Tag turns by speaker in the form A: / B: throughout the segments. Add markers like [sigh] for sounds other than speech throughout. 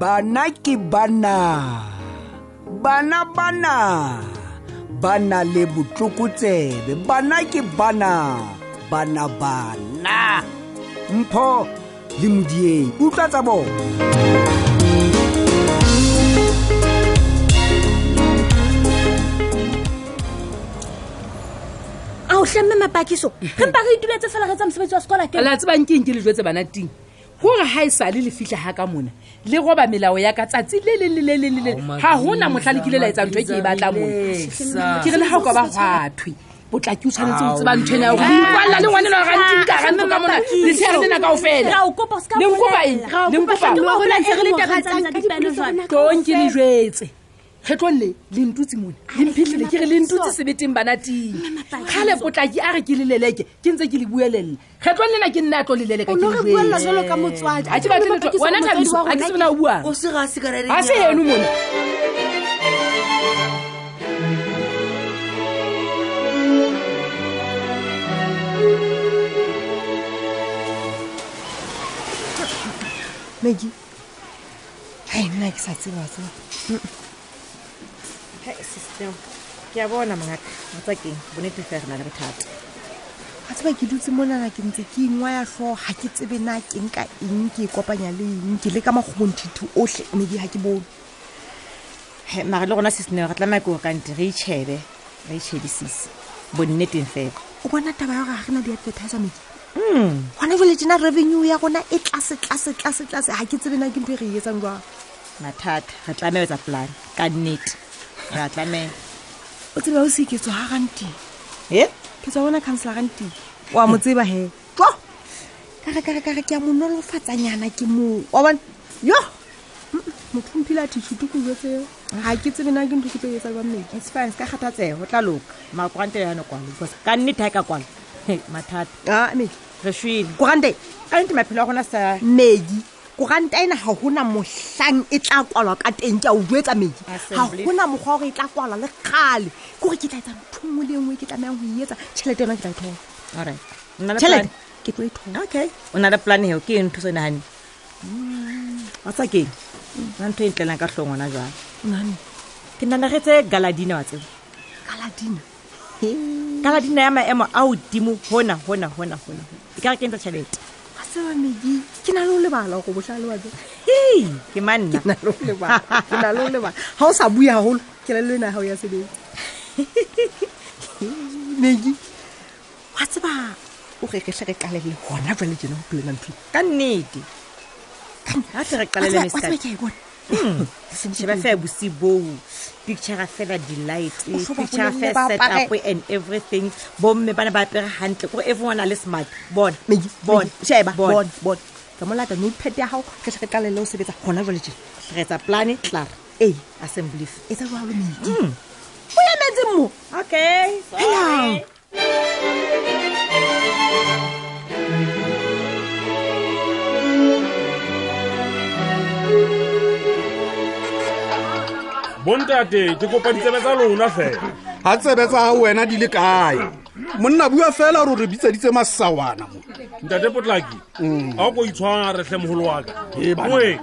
A: bana ke bana bana bana ba na le botlokotsebe bana ke bana bana bana mpho le modieng utlwa tsa bona
B: a Ah, o tlemme mapakiso gempa re ituletse fela re tsa mosebetsi wa sekola ke
C: la tsebang ke eng ke le jwetse bana ting gore ga e sale le fitlha ga ka mona le roba melao ya ka tsatsi le le le le le le le. ga gona motlha le kile la etsa ntho e ke e batla mona ke re le ga o ka ba gwathwe botlaki o tshwanetse o tseba nthwena ya hore ikwalla le ngwanela ranting ka rantlo ka mona letshehare lena kao fela
B: Ra o kopa o ska
C: lenkopa
B: bolela. Ra o kopa hle, wa hola ntse re le taba tsa ka dipelo jwale.
C: tlong ke le jwetse kgetlong le le ntutse mone le mphitlhile ke re le ntutse sebeteng bana ting kgale potlaki a re ke leleleke ke ntse ke le buelelela kgetlong lena ke nne a tlo leleleka ke le jwetse. Ha ke batle letho. Wena Thabiso, ha ke tsebe na o buang. Ha se eno mona
D: maki hai nna ke sa tsebatseba
E: sistem ke a bona mongaka matsakeng bonnete fa re na le bothata
D: ga tseba ke dutse monana ke ntse ke engwa ya tlho ga ke tsebe na ke nka eng ke e kopanya le eng ke le ka makgobonthitu otlhe medi ga ke bone
E: He, mara le rona siseneo re tlamaa ke gore kante re itšhebe re itšhebisise bonneteng fela
D: o bona taba ya gore ga re na di-advertiser medi gona jale tena revenue ya rona e tlase tlase tlase tlase ga ke tsebe na ke ntho e re e etsang jwang
E: mathata re tlamea etsa polane ka nnete re a tlamea
D: o tsebe o se ke tswa ga ranteng
C: Eh?
E: e
D: ke tswa bona councelara nteng oa mo tseba he tlo karekare ke a mo nolofatsanyana ke moo wa bone yo Mm-mm, motho mphile a tishute ko jetseo ga ke tsebe na ke ntho ke tlo e etsa jwa mmedi
E: its fine se ka kgathatsega go tla loka makorante yane kwalo because ka nnete ga e ka kwalo he, mathata
D: a medi
E: re shwile
D: korante
E: ka nnete maphelo a gona sa
D: medi koranta ena ga gona motlhang e tla kwalwa ka teng ke a o jetsa medi ga
E: Assembly.
D: gona mokgwa wa gore e tla kwalwa le kgale ke gore ke tla etsa ntho nngwe le nngwe e ke tlamayang go e etsa tšhelete yona ke tla e thola
E: alright O na le plan?
D: tšhelete ke tlo e thola
E: okay o na le polane heo ke eng thuso nagane watsakeng na ntho e ntlelang ka tlhong gona jwang
D: nane
E: ke nanagetse galadina wa tsebo
D: kaladina
E: galadina ya maemo a odimo hona hona hona hona e ka re kentsa tšhelete
D: a seba medi ke na le o lebala go botlha le wae
E: Hei, ke manna
D: na le ho lebala ke na le ho lebala ga o sa bue gagolo kelelo ena gago ya [laughs] sebetsi megi wa tseba o re ke hle re qalelle gona jwale jena go pelena ntho
E: ka nnete ga se re qalele mesadi
D: ke a e bona
E: sheba fela bosi boo picture fela di-light
D: Mm. O so ba
E: picture
D: bolelle
E: fela
D: ba apare-
E: setup and everything bomme ba ne ba apere gantle kore everyone a le smart bona
D: megi
E: bona
D: sheba
E: bona
D: bona bona ka molata notepad ya gago re hle re qalelle o sebetsa gona jwale jena
E: reetsa plane tlara
D: e ee
E: assemblyf
D: e tsa jalo medi o emetse mo
E: okay
D: Hello.
F: bontate ke kopa ditsebe tsa lona fela
G: ga tsebe tsa wena di le kae monna bua fela gore o re bitsaditse masawana mo
F: ntate potlaki ga o ko itshwara re tlhemogolo waka
G: Ee, bana.
F: moeng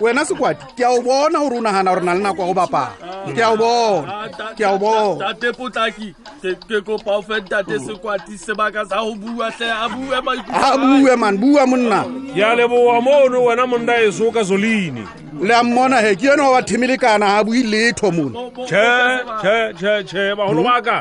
G: wena sekwadi ke a o bona gore o nagana gore na le nako ya go bapala ke a o bona ke a o bona
H: tate potlaki ke ke kopa o fe ntate sekwati sebaka sa go bua tle a e bue
G: a bue man bua monna
F: ke a leboa mono wena monna eso ka zoline
G: le a mmona he ke ene wa e ba themelekana ga bue letho mona
F: tšhe bagolo ba ka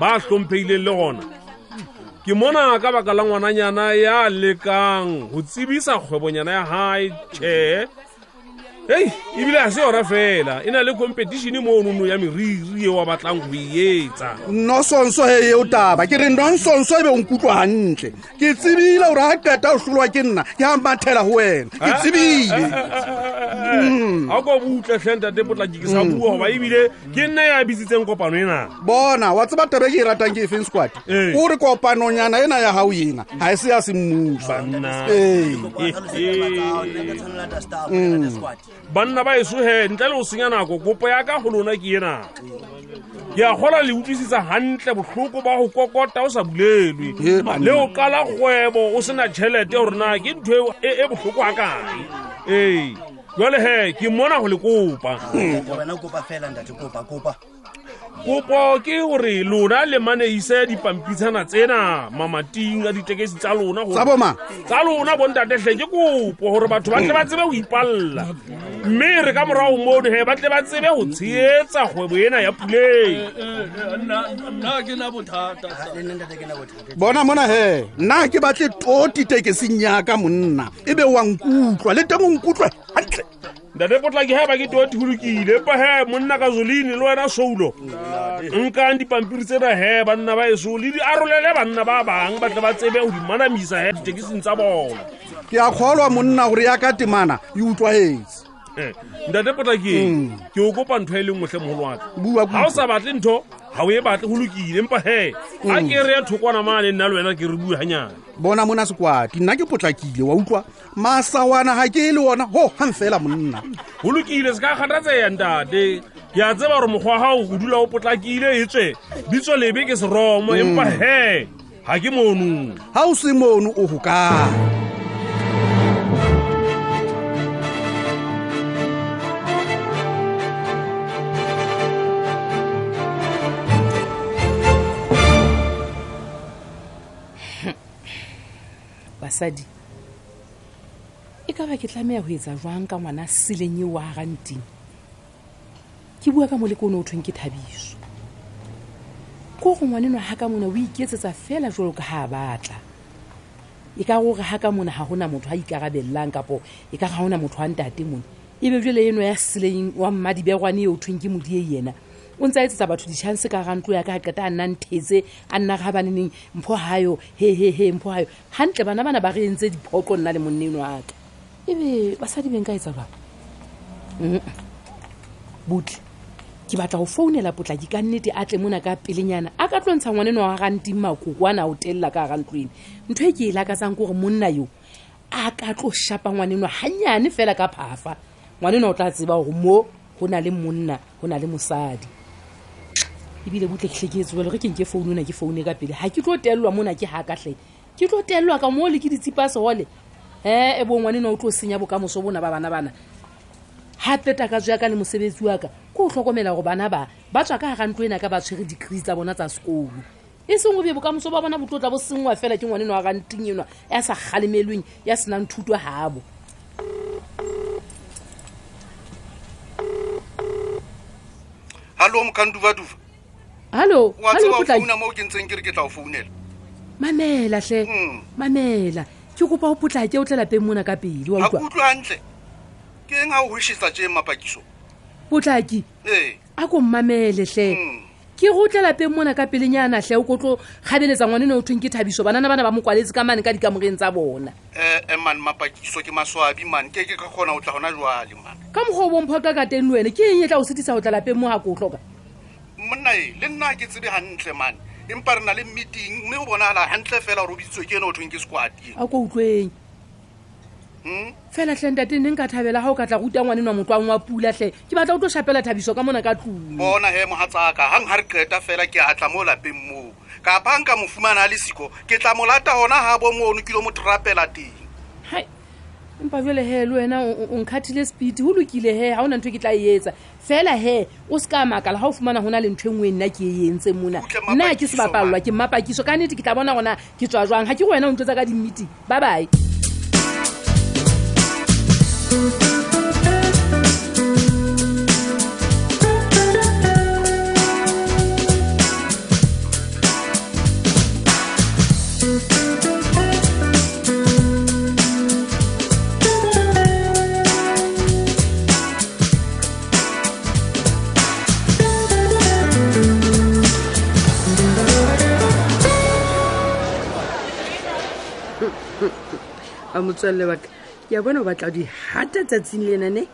F: ba tlhompheileng le gona ke mona ka baka la ngwananyana ya lekang go tsebisa kgwebonyana ya gae tšhe hei ebile ga se yona fela e na le competition monono ya meriri e wa batlang go e etsa
G: nosonso he eo taba ke re nonsonso e be o nkutlwa gantle ke tsebile gore ga qeta o tlolwa ke nna ke a mathela go wena ke tsebile Mm.
F: ga o ka butlwetlhentate potlaki ke sa bua goba ebile ke nne ya bitsitseng kopano enang
G: bona wa tseba tabe ke e ratang ke efeng squad
F: Ee.
G: o re kopanonyana ena ya gao ena ga e se ya semmusa
F: Banna.
G: ee Mm.
F: banna ba eso he ntle le go senya nako kopo ya ka go lona ke ena ke a gola le utlwisisa gantle botlhoko ba go kokota o sa bulelwe
G: He, banna.
F: le o e qala kgwebo o sena tšhelete gore na ke ntho eo e e botlhoko a kae ee jwale he ke mona go le kopa
I: wena kopa fela ntate kopa kopa
F: kopo ke gore lona le maneise dipampitshana tsena mamating a ditekesi tsa lona gore-
G: Tsa bo mang?
F: tsa lona bontatetlhe ke kopo gore batho ba tle ba tsebe go ipalela mme re ka morago mono he ba tle ba tsebe go tsheetsa kgwebo ena ya puleng
H: nna ke Eh, na bothata
I: le nna ntate ke na bothata
G: bona mona he nna ke batle toti tekesing yaka monna e be wa nkutlwa le teng o nkutlwa hantle
F: ntate potlaki he ba ke toti golokile pa he monna ka zolini le wena soulo nkang dipampiri tsena he banna ba e eso le di arolele banna ba bang ba tle ba tsebe go di manamisa he ditekising tsa bona
G: ke a kgolwa monna gore ya ka temana e utlwaetse
F: Eh, ntate potlakeng ke o kopa ntho e le nngwe hle mogolo waka
G: Bua, bua.
F: ga o sa batle ntho ga o e batle go lokile empa he a ke re ya thokwana mane nna le wena ke re bue ganyane
G: bona mona sekwati nna ke potlakile wa utlwa masawana ga ke e le ona ho gang fela monna
F: go lokile se ka kgathatseya ntate ke a tseba gore mokgwa gago go dula o potlakile e tswe bitso lebe ke seromo empa he ga ke monong
G: ga o se mono o gokang
C: basadi e ka ba ke tlameya go etsa jwang ka ngwana seleng eo wa garanting ke bua ka moleko o ne o thweng ke thabiso ko go ngwanenwa ga ka mona o iketsetsa fela jalo ka ga a batla e ka gore ga ka mona ga gona motho a ikarabellang kapo e ka ga gona motho wa ntate mone e be jale eno ya seleng wa mmadibegwane eo thweng ke modie yena o ntse a etsetsa batho di-chance ka gara ntlo ya ka a qeta a nna nthetse a nna ga baneneng mpho gayo hehehe mpho gayo gantle bana bana ba re entse diphoqo nna le monne eno aka ebe basadi beng ka etsa jang butle ke batla go founela potlaki ka nnete a tle mona ka pelenyana a ka tlo ntsha ngwaneno wa ganting makoko a na o telela ka garantloene ntho e ke e lakatsang kore monna yo a ka tlo shapa ngwaneno gannyane fela ka phafa ngwaneno o tla tseba gore mo go na le monna go na le mosadi ebile butle ke tlheketsoelo ge ke nke founu na ke foune ka pele ga ke tlo telelwa mona ke ga katlhe ke tlo telelwa ka mo le ke ditsipa segole e e bo ngwaneno o tlo senya bokamoso bona ba bana bana gape takatso yaka le mosebetsi waka ke o tlhokomela gore bana ba ba tswa ka gara ntlo ena ka ba tshwere dicree tsa bona tsa sekolo e seng o be bokamoso ba bona botlotla bo sengwa fela ke ngwane wa ranting enwa ya sa kgalemelweng ya senang thuto gabo
G: hallo mokanduvaduva
C: hallo
G: wa tseba
C: hallo
G: ho
C: Potlaki.
G: founa moo ke ntseng ke re ke tla o founela
C: mamela hle
G: Mm.
C: mamela ke kopa o potlake o tlelapeng mona ka pedi wa
G: ga ke
C: utlwa
G: utlwe gantle ke eng ga o hwešietsa tšee mapakiso
C: potlaki
G: ee
C: a ko mmamele hle
G: Mm.
C: ke go tlelapeng mona ka pelenyana hle o kotlo kgabeletsa ngwane ne o thweng ke thabiso banana bana ba mo kwaletse ka mane ka dikamoreng tsa bona
G: um man mapakiso ke maswabi man ke ke ka kgona go tla gona jwale man
C: ka mokgwa o bomphoka ka teng le wena ke eng e tla o setisa go tlalapeng mo ga ko o tlhoka
G: monna e le nna ha ke tsebe gantle mane empa re na le meeting mme go bonagala gantle fela gore o bitsitswe ke ene o thong ke sekwateng
C: a ko utlweng fela tlhe ntate ne nka thabela ga o ka tla ruta ngwane nwa motlwang wa pula tlhe ke batla o tlo shapela thabiso ka mona ka tlong
G: bona he mogatsaka gang ga re qeta fela ke atla mo lapeng moo kapa nka mo fumana a le siko ke tla mo lata gona ga bo moono kile mo trapela teng
C: Hai, empa jale he le wena o- o- o nkgathile speed go lokile he ga o na ntho e ke tla e etsa fela he o se ka makala ga o fumana go na le ntho e nngwe nna ke e entse mona
G: Kutle
C: nna ke
G: mapakiso,
C: se bapalelwa ke mmapakiso ka nnete ke tla bona gona ke tswa jwang ga ke go wena o ntho tsa ka di-meeting ba bae
B: a motswalle waka ke a bona o batla o di hata tsatsing le enane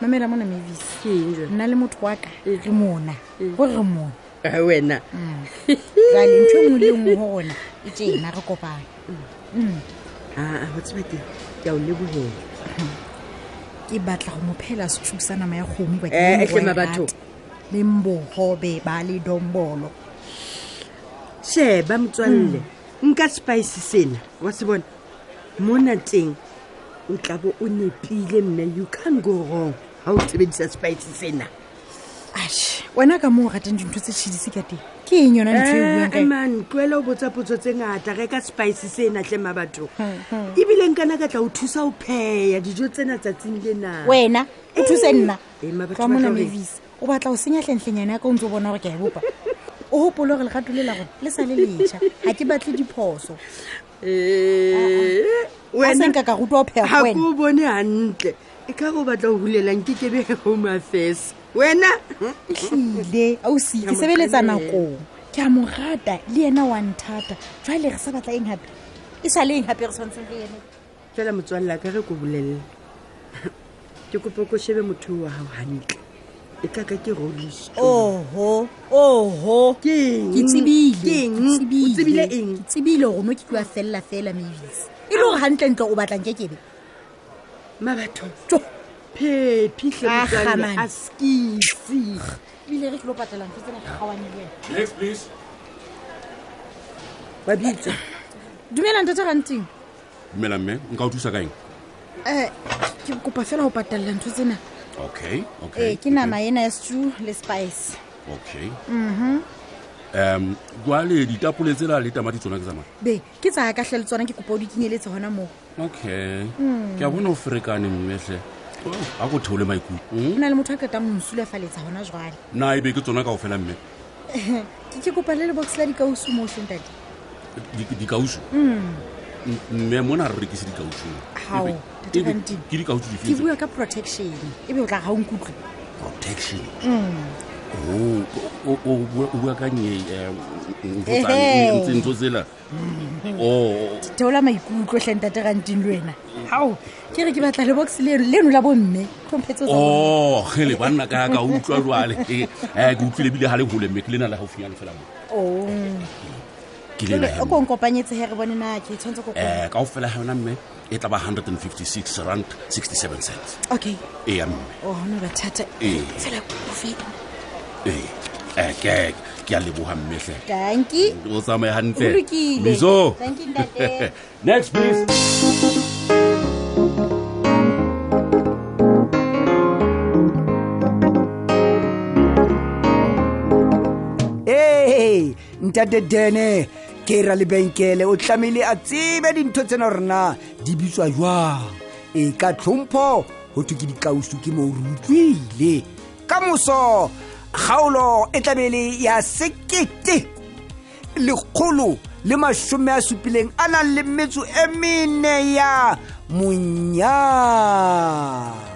E: mamela mona mavis
B: keng jale
E: nna le motho wa ka re mona go re mona
B: Ah, wena
E: jale
D: e
E: ntho nngwe le nngwe go rona e tena re kopane
B: aa go Ah, tseba ke ke a o lebogela
E: ke batla go mo phela setshuu sa nama ya kgomo bakeng
B: Eh,
E: la
B: ehle
E: morwa ya
B: mabatho.
E: rata, le mbogobe ba le dombolo
B: Mm. sheba motswalle nka spice sena wa se bona mona teng o tlabo o nepile mme you can go wrong ga o sebedisa spice sena
J: ashe wena ka moo o ratang dintho tse tšhidise ka teng ke eng yona ntho e buang ka
B: Eh, man tloela o botsa potso tse ngata reka spice sena tlema batho ebile nkana ka tla o thusa ho pheya dijo tsena tsatsing lena
J: wena o thuse nna
B: Eh, ma batho
J: tloa
B: ba
J: mona
B: tla reng?
J: mavisa o batla go senya tlentlhenyana ya ka o ntse o bona gore ke a e bopa o gopole gore legato le la gore le sa le letšha ga ke batle diphoso
B: Eh,
J: a
B: wena-
J: senka ka rutwa o phea
B: ha
J: go
B: ke
J: wena
B: o bone gantle e ka go batla go hulelang ke kebe home affairs wena
J: tlile ausi ke sebeletsa nakong ke a mo rata le ena wa nthata jale re sa batla eng gape e sa le eng gape re tshwanetseng le ene
B: fela motswalela ka re ko bolelele ke kopa ko shebe motho wa gago gantle e tlaka ke rolestone
J: oho oho
B: ke eng?
J: ke
B: Ke
J: tsebileo
B: eng? O tsebile eng?
J: tsebile gono ke tloa felela fela mebisa e le gore gantlentle o batlang ke kebe
B: mabatho tso phephitlhe
J: Ah,
B: motswalle
J: kgamane.
B: a skisi
J: ebile re tlilo patelang tse tsena kgawane le ena
F: next please
B: wa bitsa
J: dumelang thata ranting
K: dumela mme nka o thusa ka eng
J: um ke kopa fela go patalela ntho tsena
K: okay
J: ee
K: okay
J: Eh, ke nama ena ya stew le spice
K: okay
J: mhm
K: um jale ditapole tsela le tamati tsona ke tsamaya
J: be ke tsaya ka tlhele tsona ke kopa o di kenyeletse gona moo
K: okay
J: Mm.
K: ke a bona o ferekane mmetlhe a ko theole maikutlo
J: o
K: Mm?
J: na le motho a ketang monsulefaletsa gona jwale
K: na e be ke tsona kao fela mme
J: Ke- ke kopa le le box la dikausu mo sentate
K: Di- dikausu
J: um
K: M- mme mona re rekise dikausung
J: Hao,
K: Ebe-
J: Tata
K: ebe
J: Banting.
K: ke dikausu
J: ke
K: dife
J: bua ka protection e be o tla ga o nkutlwe
K: protection
J: um
K: Oh, o- o- o bua- o bua kanye
J: Ehe. Hmm.
K: ntho tsela Oh, o
J: theola maikutlo hlentate ranting le wena gao ke re ke batla le box leno leno la bomme tlhomphetso tsa
F: Oh,
J: bona.
K: o oh, kgele banna ka ka utlwa
J: [laughs]
K: jwale Eh, eh, ke utlwile ebile ga le gole mme ke lena le gaufinyane fela mo
J: Oh.
K: ke lena
J: Jwale,
K: hee
J: o
K: moo.
J: ko nkopanyetse he re bone na ke tshwanetse ko
K: Eh, ka ofela ga yona mme e tla ba 156 rand 67 cents
J: okay Oh,
K: e ya mme
J: o gona bathata
K: Ee.
J: fela kofe
K: ee Eh, ke ke a leboga mmetlhe
J: tanki
K: o tsamaye
J: o
K: gantle
J: lokile
K: miso
J: Dankie, ntate.
K: [laughs] next please
A: ee ntate dene ke ra lebenkele o tlamehile a tsebe dintho tsena gorena di bitswa jwang e ka tlhompho go thwe ke dikausu ke moo re utlwile ka moso kgaolo e tlamehile ya sekete lekgolo le mashome a supileng a nang le metso e mene ya monyaka